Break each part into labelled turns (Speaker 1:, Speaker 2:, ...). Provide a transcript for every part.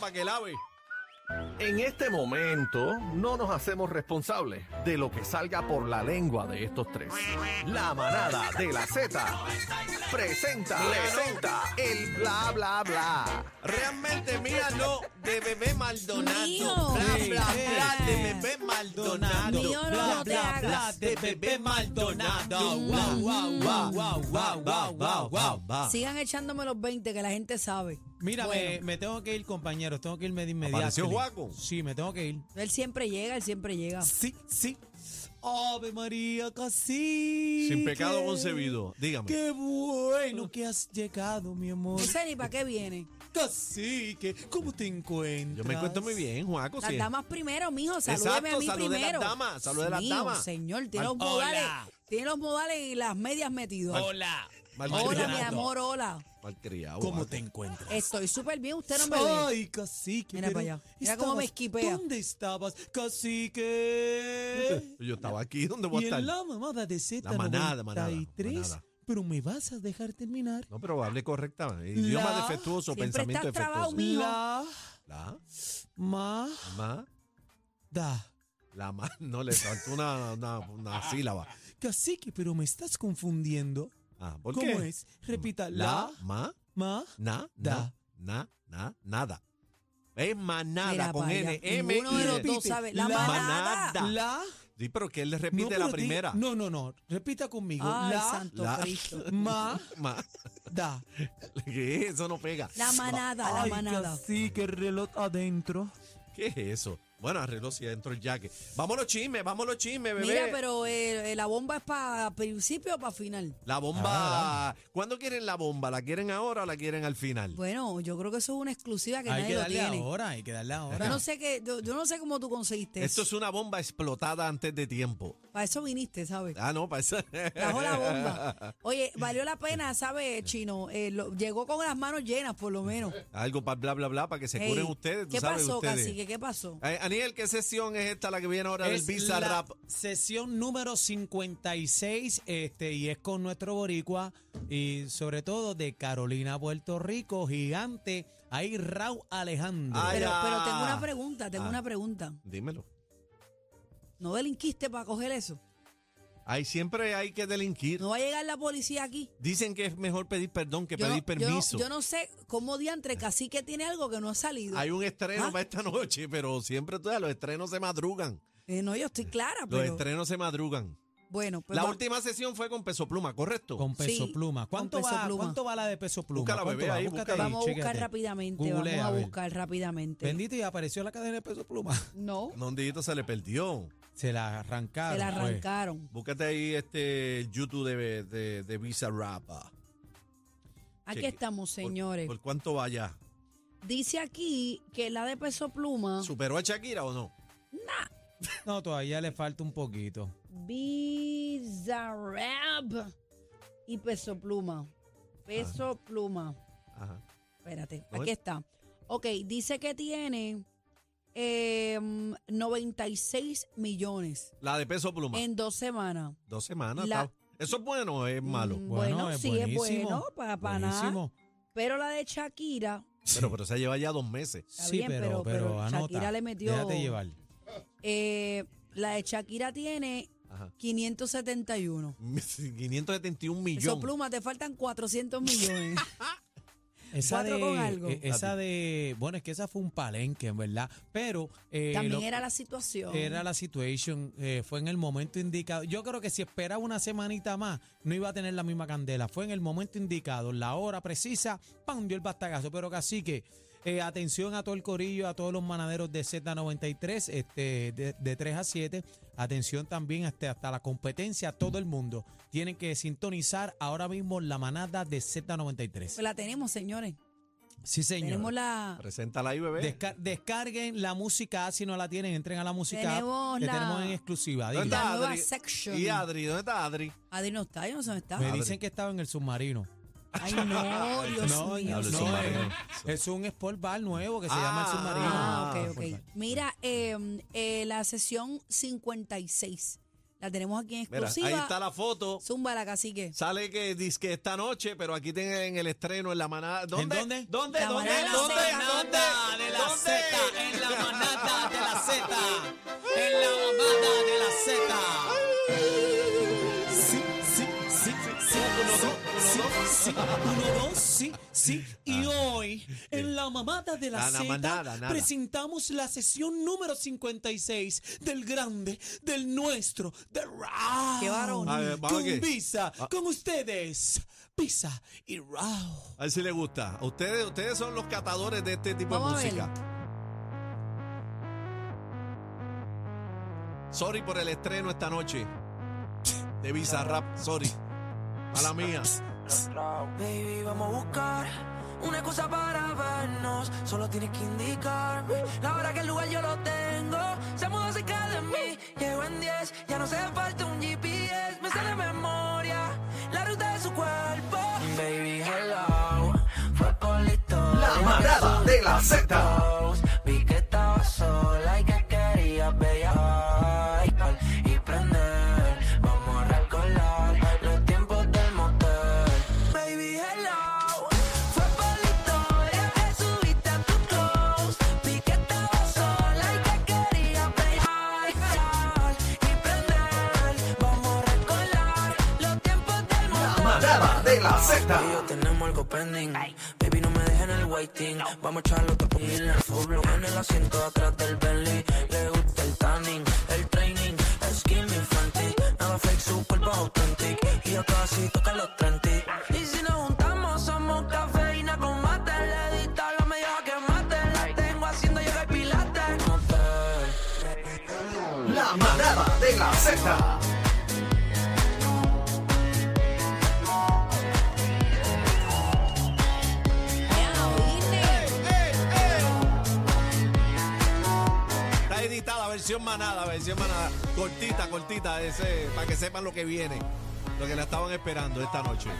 Speaker 1: para que lave.
Speaker 2: En este momento no nos hacemos responsables de lo que salga por la lengua de estos tres. La manada de la Z presenta, presenta el bla bla bla.
Speaker 1: Realmente, mira, no, de bebé Maldonado.
Speaker 3: Mío.
Speaker 1: Bla, bla,
Speaker 3: Sí.
Speaker 1: bla, de bebé Maldonado.
Speaker 3: Mío, no
Speaker 1: bla,
Speaker 3: lo te
Speaker 1: bla, bla,
Speaker 3: hagas. Mm.
Speaker 1: de bebé Maldonado. Wow, wow, wow, wow, wow, wow, wow, wow, wow.
Speaker 3: Sigan echándome los 20, que la gente sabe.
Speaker 4: Mira, me,
Speaker 3: Bueno.
Speaker 4: me tengo que ir, compañeros. Tengo que irme de inmediato.
Speaker 1: ¿Apareció Juaco?
Speaker 4: Sí, me tengo que ir.
Speaker 3: Él siempre llega, él siempre llega.
Speaker 4: Sí, sí. Ave María, casi.
Speaker 1: Sin pecado concebido. Dígame.
Speaker 4: Qué bueno que has llegado, mi amor.
Speaker 3: No sé ni para qué viene.
Speaker 4: Cacique, ¿cómo te encuentras?
Speaker 1: Yo me encuentro muy bien, Juaco.
Speaker 3: Las
Speaker 1: sí.
Speaker 3: damas primero, mijo. Salúdeme
Speaker 1: Exacto,
Speaker 3: a mí
Speaker 1: salude a las
Speaker 3: primero.
Speaker 1: damas, salude a las
Speaker 3: Mío,
Speaker 1: damas.
Speaker 3: señor, tiene los
Speaker 4: Hola.
Speaker 3: modales. Tiene los modales y las medias metidas.
Speaker 4: Hola.
Speaker 1: Maldonado.
Speaker 3: Hola, mi amor, hola.
Speaker 1: Malcriado,
Speaker 4: ¿Cómo
Speaker 1: Juaco.
Speaker 4: te encuentras?
Speaker 3: Estoy súper bien, usted Este no me ve.
Speaker 4: Ay, cacique.
Speaker 3: Mira
Speaker 4: pero
Speaker 3: para allá. Mira cómo me
Speaker 4: estabas-
Speaker 3: esquipea.
Speaker 4: ¿Dónde estabas, cacique?
Speaker 1: Yo estaba aquí, ¿dónde voy
Speaker 4: Y
Speaker 1: a estar?
Speaker 4: en la mamada de Z93,
Speaker 1: La manada, manada, manada.
Speaker 4: pero me vas a dejar terminar.
Speaker 1: No, pero hable correcta. Idioma
Speaker 4: La-
Speaker 1: defectuoso,
Speaker 3: Siempre
Speaker 1: pensamiento
Speaker 3: estás trabado,
Speaker 1: defectuoso.
Speaker 3: Mijo.
Speaker 4: La
Speaker 1: La,
Speaker 4: mada.
Speaker 1: ma, la ma, no le faltó una, una, una sílaba.
Speaker 4: Cacique, pero me estás confundiendo.
Speaker 1: Ah, ¿por
Speaker 4: ¿Cómo
Speaker 1: qué?
Speaker 4: es? Repita,
Speaker 1: La,
Speaker 4: la,
Speaker 1: ma,
Speaker 4: ma.
Speaker 1: na, na,
Speaker 4: Da.
Speaker 1: na, na, nada. Es manada
Speaker 3: Mira
Speaker 1: con
Speaker 3: pa'
Speaker 1: N,
Speaker 3: allá.
Speaker 1: M,
Speaker 3: Ninguno de
Speaker 1: I,
Speaker 3: los
Speaker 1: N.
Speaker 3: dos sabe. La,
Speaker 4: La
Speaker 3: manada.
Speaker 1: manada. Da.
Speaker 4: La.
Speaker 1: Sí, pero que él le
Speaker 4: No,
Speaker 1: repite
Speaker 4: pero
Speaker 1: la
Speaker 4: di-
Speaker 1: primera.
Speaker 4: No, no, no. Repita conmigo.
Speaker 3: Ay,
Speaker 4: la,
Speaker 3: santo
Speaker 1: la-
Speaker 3: Cristo.
Speaker 4: ma,
Speaker 1: Ma,
Speaker 4: da.
Speaker 1: ¿Qué es? Eso no pega.
Speaker 3: La manada, la
Speaker 4: Ay,
Speaker 3: manada.
Speaker 4: cacique, reloj adentro.
Speaker 1: ¿Qué es eso? Bueno, arregló si adentro el jaque. Vámonos chismes, vámonos chismes, bebé.
Speaker 3: Mira, pero eh, la bomba es para principio o para final.
Speaker 1: La
Speaker 4: Ah,
Speaker 1: bomba. ¿Cuándo quieren la bomba? ¿La quieren ahora o la quieren al final?
Speaker 3: Bueno, yo creo que eso es una exclusiva que
Speaker 4: hay
Speaker 3: nadie
Speaker 4: que
Speaker 3: lo
Speaker 4: darle
Speaker 3: tiene.
Speaker 4: ahora, hay que darle
Speaker 3: Yo
Speaker 4: ahora.
Speaker 3: no sé que, yo, yo no sé cómo tú conseguiste
Speaker 1: Esto es una bomba explotada antes de tiempo.
Speaker 3: Para eso viniste, ¿sabes?
Speaker 1: Ah, no, para eso.
Speaker 3: Bajó la bomba. Oye, valió la pena, ¿sabes, Chino? Eh, lo- llegó con las manos llenas, por lo menos.
Speaker 1: Algo para bla, bla, bla, para que se
Speaker 3: Ey,
Speaker 1: curen ustedes. tú
Speaker 3: ¿Qué
Speaker 1: sabes,
Speaker 3: pasó,
Speaker 1: ustedes.
Speaker 3: Cacique? ¿Qué pasó?
Speaker 1: Eh, Aniel, ¿qué sesión es esta la que viene ahora del
Speaker 4: Es
Speaker 1: Visa
Speaker 4: la
Speaker 1: Rap?
Speaker 4: Sesión número 56, este, y es con nuestro boricua, y sobre todo de Carolina, Puerto Rico, gigante, ahí Raúl Alejandro.
Speaker 1: Ay,
Speaker 3: Pero,
Speaker 1: ya.
Speaker 3: pero tengo una pregunta, tengo
Speaker 1: Ah.
Speaker 3: una pregunta.
Speaker 1: Dímelo.
Speaker 3: ¿No delinquiste para coger eso?
Speaker 1: Ay, siempre hay que delinquir.
Speaker 3: ¿No va a llegar la policía aquí?
Speaker 1: Dicen que es mejor pedir perdón que
Speaker 3: Yo no-
Speaker 1: pedir
Speaker 3: yo no-
Speaker 1: permiso.
Speaker 3: Yo no, sé cómo diantre Cacique tiene algo que no ha salido.
Speaker 1: Hay un estreno
Speaker 3: Ah.
Speaker 1: para esta noche, pero siempre tú sabes, los estrenos se madrugan.
Speaker 3: Eh, no, yo estoy clara,
Speaker 1: Los
Speaker 3: pero...
Speaker 1: estrenos se madrugan.
Speaker 3: Bueno, pues
Speaker 1: la
Speaker 3: va-
Speaker 1: última sesión fue con Peso Pluma, ¿correcto?
Speaker 4: con peso
Speaker 3: sí,
Speaker 4: pluma.
Speaker 3: con
Speaker 4: ¿Cuánto,
Speaker 3: Peso
Speaker 4: va,
Speaker 3: Pluma.
Speaker 4: ¿Cuánto va la de peso pluma?
Speaker 1: Búscala,
Speaker 4: ¿Cuánto
Speaker 1: bebé,
Speaker 4: va?
Speaker 1: ahí,
Speaker 4: Búscate
Speaker 1: búscala.
Speaker 3: vamos a buscar
Speaker 4: chécate.
Speaker 3: rápidamente,
Speaker 4: Googlea,
Speaker 3: vamos a
Speaker 4: ver.
Speaker 3: buscar rápidamente.
Speaker 4: Bendito, y apareció la cadena de peso pluma.
Speaker 3: No,
Speaker 1: Nondito se le perdió.
Speaker 4: Se la arrancaron.
Speaker 3: se la
Speaker 4: pues.
Speaker 3: arrancaron.
Speaker 1: Búscate ahí este el YouTube de, de, de Visa Rap. ah.
Speaker 3: Aquí
Speaker 1: Cheque-
Speaker 3: estamos, señores.
Speaker 1: ¿Por, por cuánto vaya?
Speaker 3: Dice aquí que la de peso pluma.
Speaker 1: ¿Superó a Shakira o no?
Speaker 4: No, todavía le falta un poquito.
Speaker 3: Bizarrap y peso pluma. Peso pluma.
Speaker 1: Ajá.
Speaker 3: Espérate,
Speaker 1: No,
Speaker 3: aquí
Speaker 1: es-
Speaker 3: está. Ok, dice que tiene eh, 96 millones
Speaker 1: La de Peso Pluma.
Speaker 3: en dos semanas.
Speaker 1: Dos semanas.
Speaker 3: La-
Speaker 1: está- ¿Eso es bueno o es malo?
Speaker 3: Mm, Bueno,
Speaker 4: Bueno, es
Speaker 3: sí, es
Speaker 4: buenísimo.
Speaker 3: bueno, para, nada.
Speaker 4: Buenísimo.
Speaker 3: Pero la de Shakira,
Speaker 1: Pero, pero se lleva ya dos meses.
Speaker 3: Está
Speaker 4: sí,
Speaker 3: bien, pero-
Speaker 4: pero, pero,
Speaker 3: pero
Speaker 4: anota.
Speaker 3: Shakira le metió-
Speaker 4: Déjate llevar.
Speaker 3: eh, la de Shakira tiene
Speaker 1: Ajá.
Speaker 3: 571.
Speaker 1: 571
Speaker 3: Peso
Speaker 1: millones.
Speaker 3: pluma, te faltan 400 millones.
Speaker 4: Esa
Speaker 3: Cuatro
Speaker 4: de,
Speaker 3: con algo.
Speaker 4: eh, Esa de, bueno, es que esa fue un palenque, en verdad, pero eh,
Speaker 3: También
Speaker 4: lo-
Speaker 3: era la situación.
Speaker 4: era la situación, eh, fue en el momento indicado. Yo creo que si esperaba una semanita más, no iba a tener la misma candela. Fue en el momento indicado, la hora precisa, ¡pam! dio el bastagazo. Pero casi que, eh, atención a todo el corillo, a todos los manaderos de Z93, este, de, de 3 a 7. Atención también hasta, hasta la competencia, todo el mundo. Tienen que sintonizar ahora mismo la manada de
Speaker 3: Pues
Speaker 4: Z93.
Speaker 3: La tenemos, señores.
Speaker 4: Sí, señor.
Speaker 3: Tenemos la.
Speaker 1: Preséntala ahí, bebé.
Speaker 4: Desca- descarguen la música A si no la tienen, entren a la música
Speaker 3: Tenemos
Speaker 4: A, que
Speaker 3: la-
Speaker 4: tenemos en exclusiva.
Speaker 1: ¿Dónde
Speaker 4: dile.
Speaker 1: está
Speaker 3: la nueva
Speaker 1: Adri?
Speaker 3: section.
Speaker 1: ¿Y Adri? ¿Dónde está Adri?
Speaker 3: Adri no está, yo no sé dónde está.
Speaker 4: Me
Speaker 1: Adri.
Speaker 4: dicen que estaba en el submarino.
Speaker 3: Ay, no, Oh, Dios
Speaker 4: no,
Speaker 3: mío.
Speaker 4: no,
Speaker 1: Diablo, el
Speaker 4: no,
Speaker 1: submarino.
Speaker 4: es, es un sport bar nuevo que se
Speaker 1: Ah,
Speaker 4: llama el submarino.
Speaker 3: Ah,
Speaker 1: Ah,
Speaker 3: ok, ok. Mira, eh, eh, la sesión 56 La tenemos aquí en
Speaker 1: Mira,
Speaker 3: exclusiva.
Speaker 1: ahí está la foto.
Speaker 3: Zumba la cacique.
Speaker 1: Sale que dice que esta noche, pero aquí tienen el estreno en la manada. ¿Dónde?
Speaker 4: dónde? Ah,
Speaker 1: ¿Dónde?
Speaker 3: La
Speaker 1: ¿Dónde?
Speaker 3: manada
Speaker 1: ¿Dónde?
Speaker 3: de la
Speaker 1: ¿Dónde?
Speaker 5: de la
Speaker 1: ¿Dónde?
Speaker 5: Z, en la manada de la Z, en la manada de la Z.
Speaker 4: Sí, sí, sí, sí, sí, sí, uno, dos, sí, sí. Y
Speaker 1: Ah.
Speaker 4: hoy, en la mamada de la
Speaker 1: Nada, nada, nada,
Speaker 4: Z,
Speaker 1: nada.
Speaker 4: presentamos la sesión número 56 del grande, del nuestro, de Rao.
Speaker 3: Qué varón.
Speaker 1: A ver, vamos
Speaker 4: Con
Speaker 1: aquí. Ah.
Speaker 4: Visa, con ustedes, Visa y Rao.
Speaker 1: A ver si le gusta. Ustedes, ustedes son los catadores de este tipo
Speaker 3: Vamos a
Speaker 1: de
Speaker 3: ver.
Speaker 1: música. Sorry por el estreno esta noche. De Visa Rap, sorry. Mala mía.
Speaker 6: Baby, vamos a buscar una excusa para vernos. Solo tienes que indicarme la hora que el lugar yo lo tengo. Se mudó cerca de mí, llego en 10. Ya no se falta un GPS, me sale de memoria la ruta de su cuerpo. Baby, hello, fue por la historia.
Speaker 2: La manada de la Z.
Speaker 6: Rose. Vi que estaba sola y que quería bella iPad y prender. Vamos a recolar los tiempos del motor. Baby, hello. Fue por la historia que subiste a tu close. Vi que estaba sola y que quería bella iPad y prender. Vamos a recolar los tiempos del motor.
Speaker 2: Manada de la Z.
Speaker 6: Tú y yo tenemos algo pending. Baby, no me dejen el waiting. Vamos a echarlo todo en el full En el asiento atrás del Bentley. Le gusta el tanning, el training, el skin infantil. Nada fake, su cuerpo authentic. Y yo casi toca los 30. Y si nos juntamos, somos cafeína con mate. Le edita la media que mate. La tengo haciendo yoga y pilates. No te-
Speaker 2: La manada de la Z.
Speaker 1: Está editada, versión manada, versión manada. Cortita, cortita, ese, para que sepan lo que viene. Lo que la estaban esperando esta noche.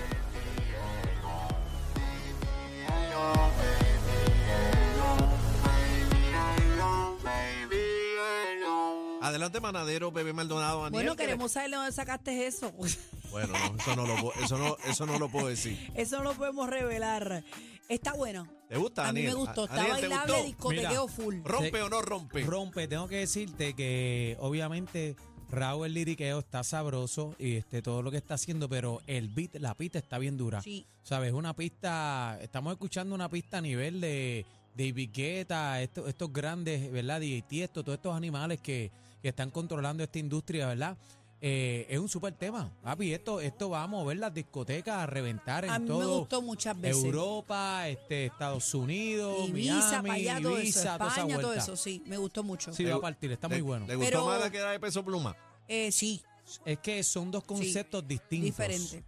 Speaker 1: Adelante, manadero, bebé Maldonado, Daniel.
Speaker 3: Bueno,
Speaker 1: que le-
Speaker 3: queremos saber de dónde sacaste eso.
Speaker 1: Bueno, no, eso, no lo, puedo- eso, no, eso no lo puedo decir.
Speaker 3: Eso no lo podemos revelar. Está bueno.
Speaker 1: ¿Te gusta,
Speaker 3: A mí
Speaker 1: Daniel?
Speaker 3: me gustó.
Speaker 1: ¿A-
Speaker 3: Está
Speaker 1: Daniel, ¿te
Speaker 3: bailable,
Speaker 1: gustó?
Speaker 3: discotequeo full.
Speaker 1: ¿Rompe o no rompe?
Speaker 4: Rompe, tengo que decirte que obviamente Raúl el liriqueo está sabroso y este todo lo que está haciendo, pero el beat, la pista está bien dura.
Speaker 3: Sí.
Speaker 4: ¿Sabes? Una pista, estamos escuchando una pista a nivel de David Guetta, esto- estos grandes, ¿verdad? DJ Tiesto, todos estos animales que, que están controlando esta industria, ¿verdad? Eh, es un súper tema, papi. Esto, esto va a mover las discotecas a reventar en
Speaker 3: A mí me
Speaker 4: todo
Speaker 3: gustó muchas veces.
Speaker 4: Europa, este, Estados Unidos,
Speaker 3: Ibiza,
Speaker 4: Miami,
Speaker 3: para allá, todo eso.
Speaker 4: Ibiza, toda esa
Speaker 3: España, todo
Speaker 4: vuelta.
Speaker 3: eso, sí. Me gustó mucho.
Speaker 4: Sí, va a partir, está muy
Speaker 1: Le-
Speaker 4: bueno.
Speaker 1: ¿Le gustó
Speaker 3: Pero-
Speaker 1: más la que era de peso pluma?
Speaker 3: Eh, sí,
Speaker 4: Es que son dos conceptos distintos.
Speaker 3: diferente.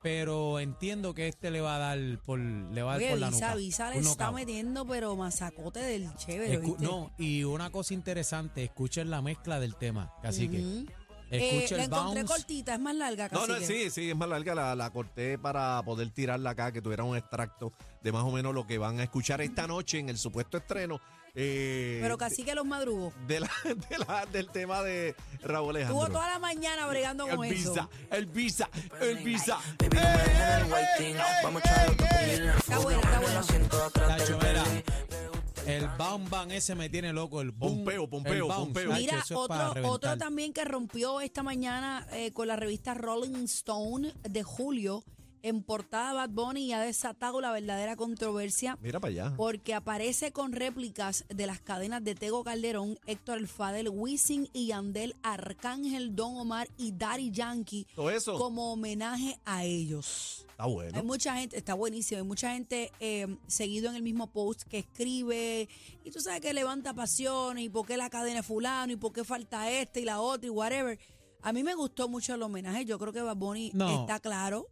Speaker 4: Pero entiendo que este le va a dar por, le va a dar
Speaker 3: Oye,
Speaker 4: por la
Speaker 3: Visa,
Speaker 4: nuca.
Speaker 3: Visa le
Speaker 4: un
Speaker 3: está
Speaker 4: knockout.
Speaker 3: metiendo, pero masacote del chévere.
Speaker 4: Escu-
Speaker 3: ¿oíste?
Speaker 4: no, y una cosa interesante, escuchen la mezcla del tema, así
Speaker 3: Ujú.
Speaker 4: que
Speaker 3: Eh,
Speaker 4: escuchen
Speaker 3: la
Speaker 4: el
Speaker 3: encontré
Speaker 4: bounce.
Speaker 3: cortita, es más larga casi.
Speaker 1: No, no, sí, sí, es más larga. La, la corté para poder tirarla acá, que tuviera un extracto de más o menos lo que van a escuchar esta noche en el supuesto estreno. eh,
Speaker 3: Pero casi que los madrugos.
Speaker 1: de la- de la- del tema de Raúl
Speaker 3: Estuvo
Speaker 1: Alejandro.
Speaker 3: toda la mañana bregando con
Speaker 1: el
Speaker 3: eso.
Speaker 1: visa, el visa, el visa.
Speaker 6: Baby, no me dejes el waiting. Vamos a echarlo todo en el
Speaker 3: Está buena, está buena.
Speaker 6: asiento atrás del
Speaker 4: Nacho, mira,
Speaker 6: Bentley.
Speaker 4: el bam bam ese me tiene loco, el boom,
Speaker 1: Pompeo, pompeo,
Speaker 4: el bounce,
Speaker 1: pompeo.
Speaker 4: Nacho,
Speaker 3: Mira,
Speaker 4: eso es para
Speaker 3: otro, otro
Speaker 4: reventar.
Speaker 3: también que rompió esta mañana eh, con la revista Rolling Stone de julio, en portada Bad Bunny, y ha desatado la verdadera controversia
Speaker 1: Mira para allá.
Speaker 3: porque aparece con réplicas de las cadenas de Tego Calderón, Héctor El Fadel, Wisin y Yandel, Arcángel, Don Omar y Daddy Yankee
Speaker 1: Todo
Speaker 4: Oh.
Speaker 1: eso
Speaker 3: como homenaje a ellos.
Speaker 1: está bueno.
Speaker 3: Hay mucha gente, está buenísimo, hay mucha gente eh, seguido en el mismo post que escribe y tú sabes que levanta pasiones y por qué la cadena es fulano y por qué falta este y la otra y whatever. A mí me gustó mucho el homenaje, yo creo que Bad Bunny
Speaker 4: No.
Speaker 3: está claro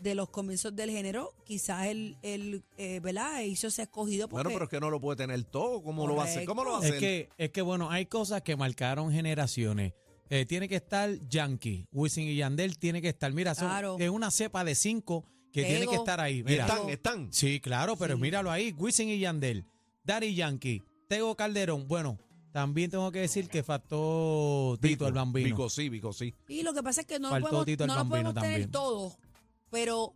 Speaker 3: de los comienzos del género, quizás él, él eh, ¿verdad? Hizo ese escogido porque...
Speaker 1: Bueno, pero es que no lo puede tener todo. ¿Cómo lo va a hacer? ¿Cómo lo va a hacer?
Speaker 4: Es que, es que bueno, hay cosas que marcaron generaciones. Eh, tiene que estar Yankee, Wisin y Yandel tiene que estar. Mira, son-
Speaker 3: Claro.
Speaker 4: es una cepa de cinco que tiene que
Speaker 3: Tego.
Speaker 4: estar ahí.
Speaker 1: Y
Speaker 4: Mira.
Speaker 1: están, están.
Speaker 4: Sí, claro, pero
Speaker 3: Sí.
Speaker 4: míralo ahí, Wisin y Yandel, Daddy Yankee, Tego Calderón. Bueno, También tengo que decir que faltó Tito el Bambino.
Speaker 1: Vico sí, Vico sí.
Speaker 3: Y lo que pasa es que no lo
Speaker 4: Faltó
Speaker 3: podemos,
Speaker 4: Tito el
Speaker 3: no lo
Speaker 4: Bambino
Speaker 3: podemos tener
Speaker 4: también.
Speaker 3: todo, pero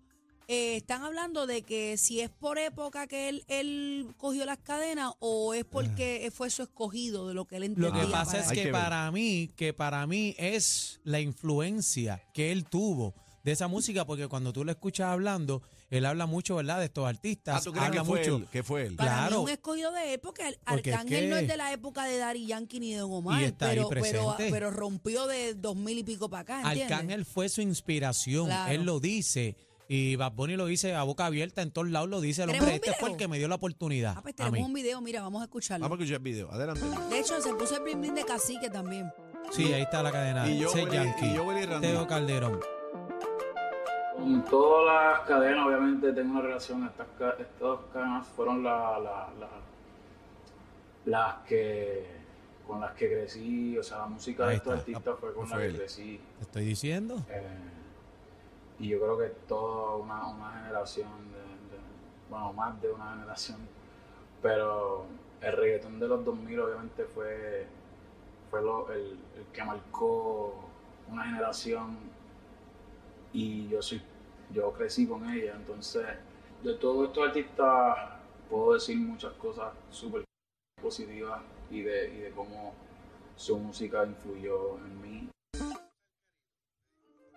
Speaker 3: eh, están hablando de que si es por época que él, él cogió las cadenas o es porque fue su escogido de lo que él entendía.
Speaker 4: Ah. Lo que
Speaker 1: Ah,
Speaker 4: pasa
Speaker 3: para
Speaker 4: es
Speaker 1: hay
Speaker 4: que,
Speaker 1: que ver.
Speaker 4: para mí, que para mí es la influencia que él tuvo de esa música, porque cuando tú lo escuchas hablando, él habla mucho, ¿verdad? De estos artistas.
Speaker 1: Ah, ¿tú crees
Speaker 4: habla
Speaker 1: que fue
Speaker 4: mucho.
Speaker 1: él? Que fue él.
Speaker 4: Claro.
Speaker 3: Para mí es un escogido de época. El
Speaker 4: Porque es
Speaker 3: Arcángel no
Speaker 4: que-
Speaker 3: es de la época de Dari Yankee ni de Don Omar,
Speaker 4: Y está ahí
Speaker 3: pero, pero, ah,
Speaker 4: presente.
Speaker 3: pero rompió de dos mil y pico para acá. ¿entiendes?
Speaker 4: Arcángel fue su inspiración,
Speaker 3: Claro.
Speaker 4: él lo dice. Y Bad Bunny lo dice a boca abierta, en todos lados lo dice el
Speaker 3: ¿Tenemos
Speaker 4: hombre.
Speaker 3: un
Speaker 4: Este fue
Speaker 3: video?
Speaker 4: el que me dio la oportunidad.
Speaker 3: Ah, pues
Speaker 4: a
Speaker 3: tenemos
Speaker 4: mí.
Speaker 3: un video, mira, vamos a escucharlo.
Speaker 1: Vamos a escuchar el video. Adelante.
Speaker 3: De hecho, se puso el bling bling de cacique también.
Speaker 4: Sí, ahí está la cadena.
Speaker 1: Y yo,
Speaker 4: Seth
Speaker 1: Willy-
Speaker 4: Yankee,
Speaker 1: y yo, Willy Randy.
Speaker 4: Teo Calderón.
Speaker 7: Con todas las cadenas, obviamente, tengo una relación. Estas, ca- estas dos cadenas fueron la- la- la- las que con las que crecí. O sea, la música
Speaker 4: Ahí
Speaker 7: de estos
Speaker 4: está.
Speaker 7: artistas fue con
Speaker 1: Fue
Speaker 7: la que
Speaker 1: él.
Speaker 7: crecí.
Speaker 4: Te estoy diciendo.
Speaker 7: Eh, y yo creo que toda una, una generación, de, de- bueno, más de una generación, pero el reggaetón de los 2000 obviamente fue, fue lo- el, el que marcó una generación y yo soy, yo crecí con ella, entonces de todos estos artistas puedo decir muchas cosas súper positivas y de, y de cómo su música influyó en mí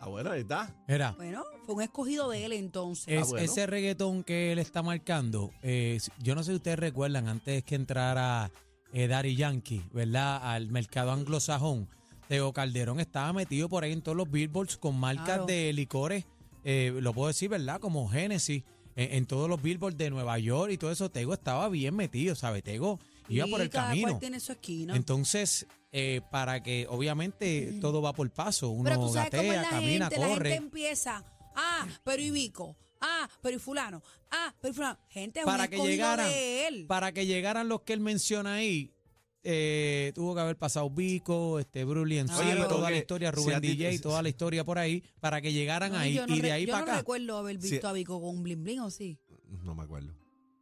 Speaker 1: Ah, bueno, ahí está.
Speaker 4: Era.
Speaker 3: Bueno, fue un escogido de él entonces.
Speaker 4: Es,
Speaker 1: bueno.
Speaker 4: Ese reggaetón que él está marcando, eh, s- yo no sé si ustedes recuerdan, antes que entrara eh, Daddy Yankee, ¿verdad? Al mercado anglosajón, Teo Calderón estaba metido por ahí en todos los billboards con marcas
Speaker 3: Claro.
Speaker 4: de licores, eh, lo puedo decir, ¿verdad? Como Genesis, en, en todos los billboards de Nueva York y todo eso. Tego estaba bien metido, ¿sabes? Tego iba por el
Speaker 3: Y cada cual
Speaker 4: camino.
Speaker 3: pues, tiene su esquina.
Speaker 4: Entonces, eh, para que obviamente todo va por paso, uno
Speaker 3: pero tú sabes cómo es
Speaker 4: gatea,
Speaker 3: la
Speaker 4: camina,
Speaker 3: gente.
Speaker 4: corre.
Speaker 3: La gente empieza, ah, pero y Vico, ah, pero y fulano, ah, pero y fulano. Gente, es un
Speaker 4: para que
Speaker 3: escogido
Speaker 4: llegaran
Speaker 3: de él.
Speaker 4: para que llegaran los que él menciona ahí eh, tuvo que haber pasado Vico, este Brully en
Speaker 3: Oye, pero
Speaker 4: toda la
Speaker 1: que
Speaker 4: historia,
Speaker 1: si
Speaker 4: Rubén
Speaker 1: a ti-
Speaker 4: DJ,
Speaker 1: si-
Speaker 4: toda la historia por ahí, para que llegaran
Speaker 3: Ay,
Speaker 4: ahí
Speaker 3: yo no
Speaker 4: y de
Speaker 3: re-
Speaker 4: ahí
Speaker 3: yo
Speaker 4: para
Speaker 3: no
Speaker 4: acá.
Speaker 3: recuerdo haber
Speaker 1: Sí.
Speaker 3: visto a Vico con un bling bling o sí.
Speaker 1: No me acuerdo.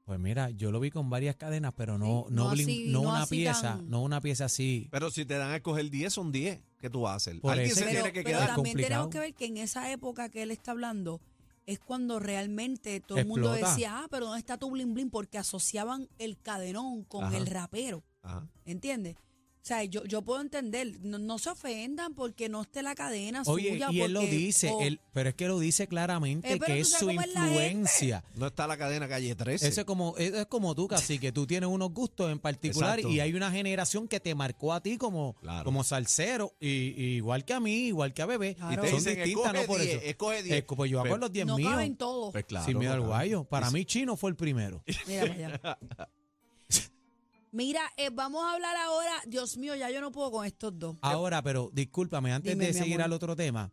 Speaker 4: Pues mira, yo lo vi con varias cadenas, pero no
Speaker 3: Sí,
Speaker 4: no,
Speaker 3: no
Speaker 4: blin-
Speaker 3: así-
Speaker 4: no
Speaker 3: no
Speaker 4: una
Speaker 3: así
Speaker 4: pieza,
Speaker 3: tan-
Speaker 4: no una pieza así.
Speaker 1: Pero si te dan a escoger 10, son 10. ¿Qué tú vas a hacer?
Speaker 4: Por
Speaker 1: Alguien
Speaker 4: eso
Speaker 1: se
Speaker 4: es que-
Speaker 1: tiene que
Speaker 3: pero
Speaker 1: quedar.
Speaker 3: también
Speaker 4: complicado.
Speaker 3: tenemos que ver que en esa época que él está hablando es cuando realmente todo el mundo
Speaker 4: Explota.
Speaker 3: decía, ah, pero ¿dónde está tu bling bling? Porque asociaban el cadenón con
Speaker 1: Ajá.
Speaker 3: el rapero,
Speaker 1: Ajá.
Speaker 3: ¿entiendes? O sea, yo, yo puedo entender, no, no se ofendan porque no esté la cadena
Speaker 4: Oye,
Speaker 3: suya.
Speaker 4: y él lo
Speaker 3: porque-
Speaker 4: dice,
Speaker 3: o-
Speaker 4: él- pero es que lo dice claramente
Speaker 3: Eh, pero
Speaker 4: que
Speaker 3: tú
Speaker 4: es
Speaker 3: sabes
Speaker 4: su
Speaker 3: cómo es la gente.
Speaker 4: influencia.
Speaker 1: No está la cadena calle 13.
Speaker 4: Eso es como, eso es como tú, casi que tú tienes unos gustos en particular
Speaker 1: Exacto.
Speaker 4: y hay una generación que te marcó a ti como,
Speaker 1: Claro.
Speaker 4: como salsero, y, y igual que a mí, igual que a Bebé.
Speaker 3: Claro. Y
Speaker 1: te
Speaker 4: Son
Speaker 1: dicen,
Speaker 4: distintas,
Speaker 1: escoge
Speaker 4: no por
Speaker 1: 10,
Speaker 4: eso.
Speaker 1: escoge 10.
Speaker 4: Eh, pues yo
Speaker 1: Pero-
Speaker 4: hago los 10
Speaker 3: no
Speaker 4: míos.
Speaker 3: caben todos.
Speaker 1: Pues claro,
Speaker 4: sin miedo al
Speaker 1: claro.
Speaker 4: guayo. Para
Speaker 1: Y-
Speaker 4: mí, Chino fue el primero.
Speaker 3: Mira, para allá. Mira, eh, vamos a hablar ahora, Dios mío, ya yo no puedo con estos dos.
Speaker 4: Ahora, pero discúlpame, antes
Speaker 3: Dime,
Speaker 4: de
Speaker 3: mi
Speaker 4: seguir
Speaker 3: amor.
Speaker 4: al otro tema,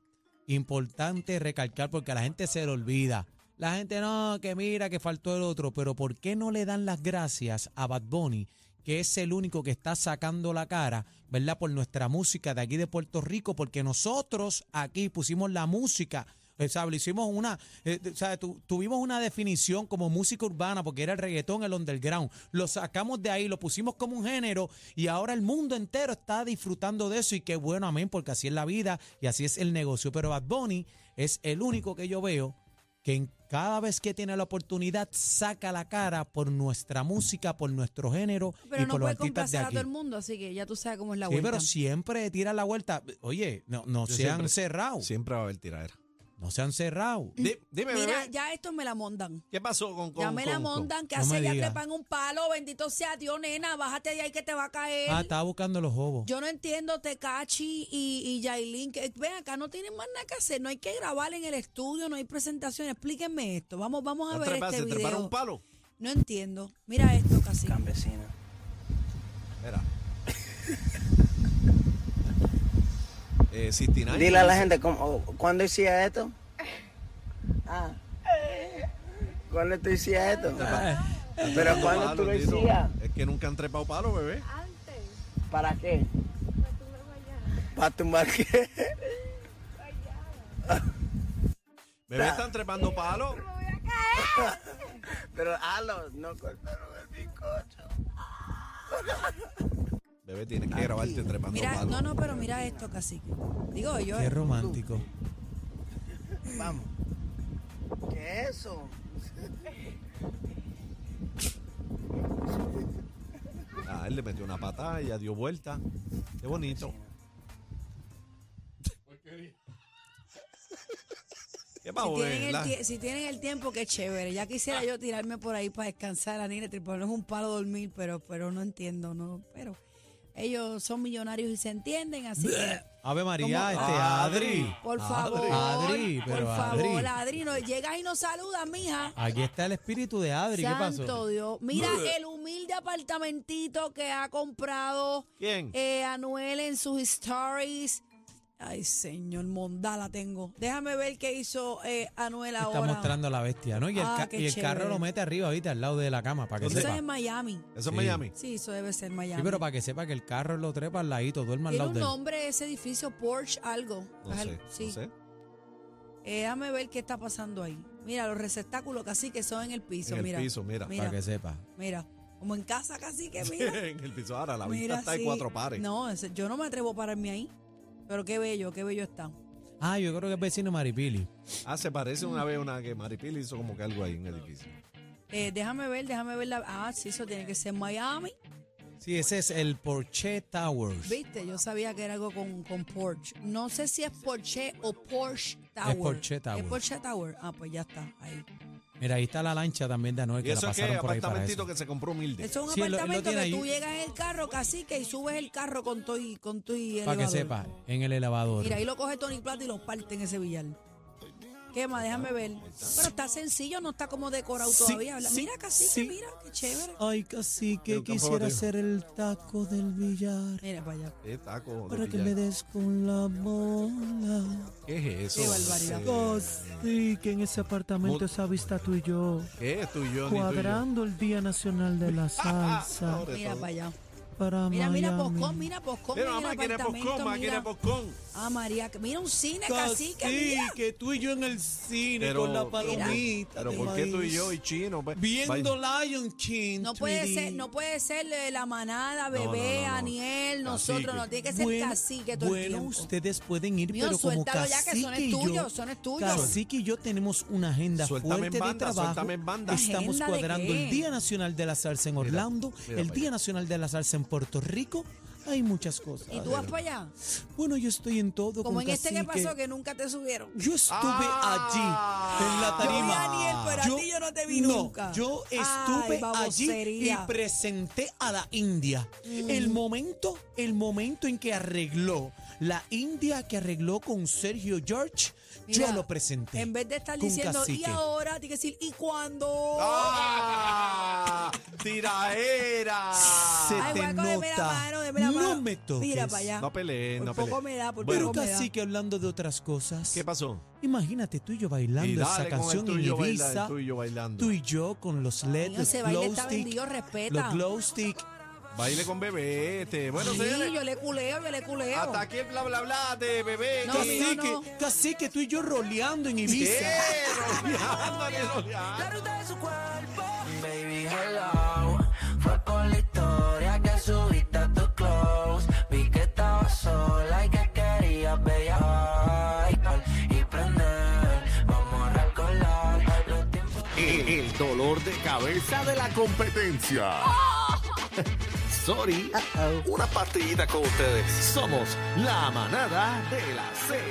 Speaker 4: importante recalcar porque a la gente se le olvida. La gente no, que mira, que faltó el otro, pero ¿por qué no le dan las gracias a Bad Bunny, que es el único que está sacando la cara, ¿verdad? Por nuestra música de aquí de Puerto Rico, porque nosotros aquí pusimos la música. Establecimos una, eh, o sea, tu- tuvimos una definición como música urbana porque era el reggaetón, el underground. Lo sacamos de ahí, lo pusimos como un género y ahora el mundo entero está disfrutando de eso y qué bueno, amén, porque así es la vida y así es el negocio. Pero Bad Bunny es el único que yo veo que en- cada vez que tiene la oportunidad saca la cara por nuestra música, por nuestro género
Speaker 3: Pero
Speaker 4: y
Speaker 3: no
Speaker 4: por los
Speaker 3: puede
Speaker 4: artistas
Speaker 3: complacer
Speaker 4: de
Speaker 3: a
Speaker 4: aquí.
Speaker 3: todo el mundo, así que ya tú sabes cómo es la
Speaker 4: Sí,
Speaker 3: vuelta.
Speaker 4: pero siempre tira la vuelta. Oye, no, no
Speaker 1: Yo
Speaker 4: se han
Speaker 1: siempre-
Speaker 4: cerrado.
Speaker 1: Siempre va a haber tiradera.
Speaker 4: No se han cerrado.
Speaker 1: Di- Dime,
Speaker 3: Mira,
Speaker 1: bebé,
Speaker 3: ya estos me la mondan.
Speaker 1: ¿qué pasó con, con
Speaker 3: Ya me la
Speaker 1: con- con-
Speaker 3: mondan, que
Speaker 4: No me
Speaker 3: hace ya
Speaker 4: diga.
Speaker 3: trepan un palo, bendito sea Dios, nena, bájate de ahí que te va a caer.
Speaker 4: Ah, estaba buscando los jobos.
Speaker 3: Yo no entiendo Tecachi y, y Yailin. Que, ven acá, no tienen más nada que hacer. No hay que grabar en el estudio, no hay presentación. Explíquenme esto. Vamos, vamos a
Speaker 1: ¿Te
Speaker 3: ver
Speaker 1: trepaste?
Speaker 3: este
Speaker 1: ¿Te treparon
Speaker 3: video.
Speaker 1: un palo?
Speaker 3: No entiendo. Mira esto, casi.
Speaker 6: Campesina.
Speaker 1: Espera. eh, 69.
Speaker 6: Dile a la gente cómo, oh, cuándo hacía esto. Ah. ¿Cuándo tú hacías esto?
Speaker 1: Ah,
Speaker 6: Pero cuándo tú lo
Speaker 1: Tito?
Speaker 6: hacías.
Speaker 1: Es que nunca han trepado palo, bebé.
Speaker 6: ¿Para qué? Para tumbar qué.
Speaker 1: Bebé están trepando palo.
Speaker 6: Pero halo, no cortaron el bizcocho.
Speaker 1: Bebé Bebé, tienes que grabarte trepando
Speaker 3: Mira,
Speaker 1: palos.
Speaker 3: no, no, pero mira esto, cacique. Digo yo.
Speaker 4: Qué romántico.
Speaker 8: Vamos. ¿Qué es eso?
Speaker 1: Ah, él le metió una patada, ella dio vuelta. Qué bonito. ¿Qué
Speaker 3: Pues, Si
Speaker 1: pavo
Speaker 3: tienen,
Speaker 1: es,
Speaker 3: el
Speaker 1: la-
Speaker 3: tie- si tienen el tiempo, qué chévere. Ya quisiera yo tirarme por ahí para descansar, a Nina, ponernos un palo a dormir, pero, pero no entiendo, no. Pero ellos son millonarios y se entienden, así que.
Speaker 4: Ave
Speaker 3: ¿Cómo?
Speaker 4: María, este Adri.
Speaker 3: Por favor.
Speaker 4: Adri,
Speaker 3: por
Speaker 4: pero
Speaker 3: favor,
Speaker 4: Adri.
Speaker 3: Adri, no, llega y nos saluda, mija.
Speaker 4: Aquí está el espíritu de Adri. ¿Qué
Speaker 3: Santo
Speaker 4: pasó?
Speaker 3: Dios. Mira el humilde apartamentito que ha comprado
Speaker 1: ¿Quién?
Speaker 3: eh, Anuel en sus stories. Ay, señor, mondá la tengo. Déjame ver qué hizo eh, Anuel
Speaker 4: Está
Speaker 3: ahora.
Speaker 4: mostrando a la bestia, ¿no? Y el,
Speaker 3: Ah,
Speaker 4: ca-
Speaker 3: qué
Speaker 4: y el
Speaker 3: chévere.
Speaker 4: carro lo mete arriba ahorita al lado de la cama para que
Speaker 3: Eso
Speaker 4: sepa.
Speaker 3: es en Miami.
Speaker 1: Eso
Speaker 4: Sí.
Speaker 1: es Miami.
Speaker 3: Sí, eso debe ser Miami.
Speaker 4: Sí, pero para que sepa que el carro lo trepa al ladito, duerma al
Speaker 3: Tiene
Speaker 4: lado
Speaker 3: un
Speaker 4: de él.
Speaker 3: nombre ese edificio, Porsche algo.
Speaker 1: No
Speaker 3: Al-
Speaker 1: sé,
Speaker 3: sí.
Speaker 1: no sé.
Speaker 3: Eh, déjame ver qué está pasando ahí. Mira, los receptáculos casi que son en el piso.
Speaker 1: En el
Speaker 3: mira.
Speaker 1: piso, mira.
Speaker 3: Mira,
Speaker 4: Para que sepa.
Speaker 3: mira. Como en casa casi que mira.
Speaker 1: en el piso. Ahora, la
Speaker 3: Mira,
Speaker 1: vista está de
Speaker 3: sí.
Speaker 1: cuatro pares.
Speaker 3: No, ese- yo no me atrevo a pararme ahí. Pero qué bello, qué bello está.
Speaker 4: Ah, yo creo que es vecino Maripili.
Speaker 1: Ah, se parece una vez una que Maripili hizo como que algo ahí en el edificio.
Speaker 3: Eh, déjame ver, déjame ver la. Ah, sí, eso tiene que ser Miami.
Speaker 4: Sí, ese es el Porsche Towers.
Speaker 3: Viste, yo sabía que era algo con, con Porsche. No sé si es Porsche o Porsche Tower.
Speaker 4: Porsche Tower.
Speaker 3: Es Porsche Tower. Ah, pues ya está, ahí.
Speaker 4: Mira, ahí está la lancha también de Anuel,
Speaker 1: Y
Speaker 4: que la
Speaker 1: eso es que
Speaker 4: pasaron por ahí para
Speaker 1: apartamentito
Speaker 4: eso.
Speaker 1: que se compró humilde.
Speaker 3: Eso es un
Speaker 4: Sí, él lo- él lo
Speaker 3: apartamento que
Speaker 4: tiene
Speaker 3: tú
Speaker 4: ahí.
Speaker 3: llegas en el carro, cacique, y subes el carro con tu y con tu y
Speaker 4: Para que
Speaker 3: elevador.
Speaker 4: sepa, en el elevador.
Speaker 3: Mira, ahí lo coge Tony Plata y lo parte en ese billar. ¿Qué más? Déjame ver. Pero está sencillo, no está como decorado
Speaker 4: Sí,
Speaker 3: todavía. Habla-
Speaker 4: sí,
Speaker 3: mira, cacique,
Speaker 4: sí.
Speaker 3: mira, qué chévere.
Speaker 4: Ay, casi que
Speaker 1: Yo tampoco quisiera tengo.
Speaker 4: ser el taco del billar
Speaker 3: Mira para allá.
Speaker 1: Eh, taco de pillar.
Speaker 4: des con la bola.
Speaker 1: ¿Qué es eso?
Speaker 3: Qué barbaridad.
Speaker 1: Eh,
Speaker 9: Casi Oh, que en ese apartamento
Speaker 1: Mut-
Speaker 9: esa vista tú y yo,
Speaker 1: ¿Qué es tú y yo? Ni tú y yo.
Speaker 9: cuadrando el Día Nacional de la Salsa
Speaker 1: Sobre
Speaker 3: Mira
Speaker 1: todo.
Speaker 3: para allá.
Speaker 9: para
Speaker 3: Mira, mira,
Speaker 9: Miami.
Speaker 3: Poscón, mira, Poscón.
Speaker 1: Mira,
Speaker 3: Mira,
Speaker 1: mamá,
Speaker 3: el
Speaker 1: quiere
Speaker 3: apartamento,
Speaker 1: poscón, mamá, quiere
Speaker 3: mira.
Speaker 1: poscón.
Speaker 3: Ah, María, que- mira un cine, cacique,
Speaker 4: Casi
Speaker 3: mira.
Speaker 4: que tú y yo en el cine
Speaker 1: Pero-
Speaker 4: con la
Speaker 1: Mira.
Speaker 4: palomita.
Speaker 1: Pero
Speaker 4: de
Speaker 1: ¿por qué tú y
Speaker 4: maíz.
Speaker 1: yo y chino? Pues,
Speaker 4: Viendo
Speaker 1: vaya.
Speaker 4: Lion King.
Speaker 3: No puede
Speaker 4: 3D.
Speaker 3: ser, no puede ser eh, la manada,
Speaker 1: no,
Speaker 3: bebé,
Speaker 1: no, no.
Speaker 3: Aniel, nosotros,
Speaker 1: Cacique.
Speaker 3: no tiene que ser
Speaker 4: Bueno,
Speaker 3: cacique todo el
Speaker 4: bueno,
Speaker 3: tiempo.
Speaker 4: ustedes pueden ir,
Speaker 3: Mío,
Speaker 4: pero como
Speaker 3: suéltalo ya, que
Speaker 4: cacique
Speaker 3: eso no es
Speaker 4: y yo-
Speaker 3: tuyo, eso no es tuyo.
Speaker 4: Cacique y yo tenemos una agenda
Speaker 1: Suéltame
Speaker 4: fuerte
Speaker 1: en banda,
Speaker 4: de trabajo.
Speaker 1: suéltame en banda.
Speaker 4: Estamos
Speaker 3: ¿Agenda de
Speaker 4: cuadrando
Speaker 3: qué?
Speaker 4: el Día Nacional de la Salsa en Orlando,
Speaker 1: mira
Speaker 4: el
Speaker 1: para
Speaker 4: Día Nacional de la Salsa en Puerto Rico. Hay muchas cosas.
Speaker 3: Y tú vas para allá.
Speaker 4: Bueno, yo estoy en todo
Speaker 3: Como
Speaker 4: con
Speaker 3: en este que
Speaker 4: Cacique.
Speaker 3: pasó, que nunca te subieron.
Speaker 4: Yo estuve
Speaker 1: Ah.
Speaker 4: allí en la
Speaker 3: Yo vi
Speaker 4: tarima.
Speaker 3: a Aniel, pero a ti yo no te vi
Speaker 4: no,
Speaker 3: nunca.
Speaker 4: Yo
Speaker 3: Ay,
Speaker 4: estuve allí y
Speaker 3: babosería. Mm.
Speaker 4: presenté a la India. El momento, el momento en que arregló la India que arregló con Sergio George,
Speaker 3: Mira,
Speaker 4: yo lo presenté.
Speaker 3: En vez de estar
Speaker 4: con
Speaker 3: diciendo, y
Speaker 4: Cacique.
Speaker 3: ahora, tienes que decir, ¿y cuándo?
Speaker 1: ¡Ah! ¡Tiraera!
Speaker 4: Se
Speaker 3: Ay,
Speaker 4: te
Speaker 3: guaco, deme la
Speaker 4: nota.
Speaker 3: mano, deme la
Speaker 4: No
Speaker 3: mano.
Speaker 4: me toques.
Speaker 3: Mira para allá.
Speaker 1: No peleen,
Speaker 3: Por
Speaker 1: no
Speaker 3: poco
Speaker 1: peleen.
Speaker 3: me da, por
Speaker 1: Bueno,
Speaker 4: Pero
Speaker 3: poco me da.
Speaker 4: casi que hablando de otras cosas.
Speaker 1: ¿Qué pasó?
Speaker 4: Imagínate tú y yo
Speaker 1: Y
Speaker 4: bailando
Speaker 1: dale
Speaker 4: esa
Speaker 1: con el
Speaker 4: canción
Speaker 1: tú y
Speaker 4: en
Speaker 1: yo baila-
Speaker 4: Ibiza.
Speaker 1: tú y yo bailando.
Speaker 4: Tú y yo con los LED,
Speaker 3: Mío,
Speaker 4: los
Speaker 3: ese baile
Speaker 4: glow
Speaker 3: está
Speaker 4: stick,
Speaker 3: vendido, respeta.
Speaker 4: Los glow stick.
Speaker 1: Baile con bebé este. Bueno,
Speaker 3: Sí,
Speaker 1: señores,
Speaker 3: yo le culeo, yo le culeo.
Speaker 1: hasta aquí el bla bla bla de bebé.
Speaker 3: No,
Speaker 1: Casi-
Speaker 3: mío,
Speaker 4: Cacique,
Speaker 3: no.
Speaker 4: cacique, tú y yo roleando en
Speaker 1: ¡Eh!
Speaker 4: Ibiza.
Speaker 1: Roleando, ni roleando.
Speaker 6: La ruta de su cuerpo.
Speaker 10: Baby, hello. Fue con la historia que subiste a tu close. Vi que estabas sola y que querías bella y prender. Vamos a recordar los tiempos.
Speaker 2: El, el dolor de cabeza de la competencia. Sorry. Una pastillita con ustedes. Somos la manada de la Z.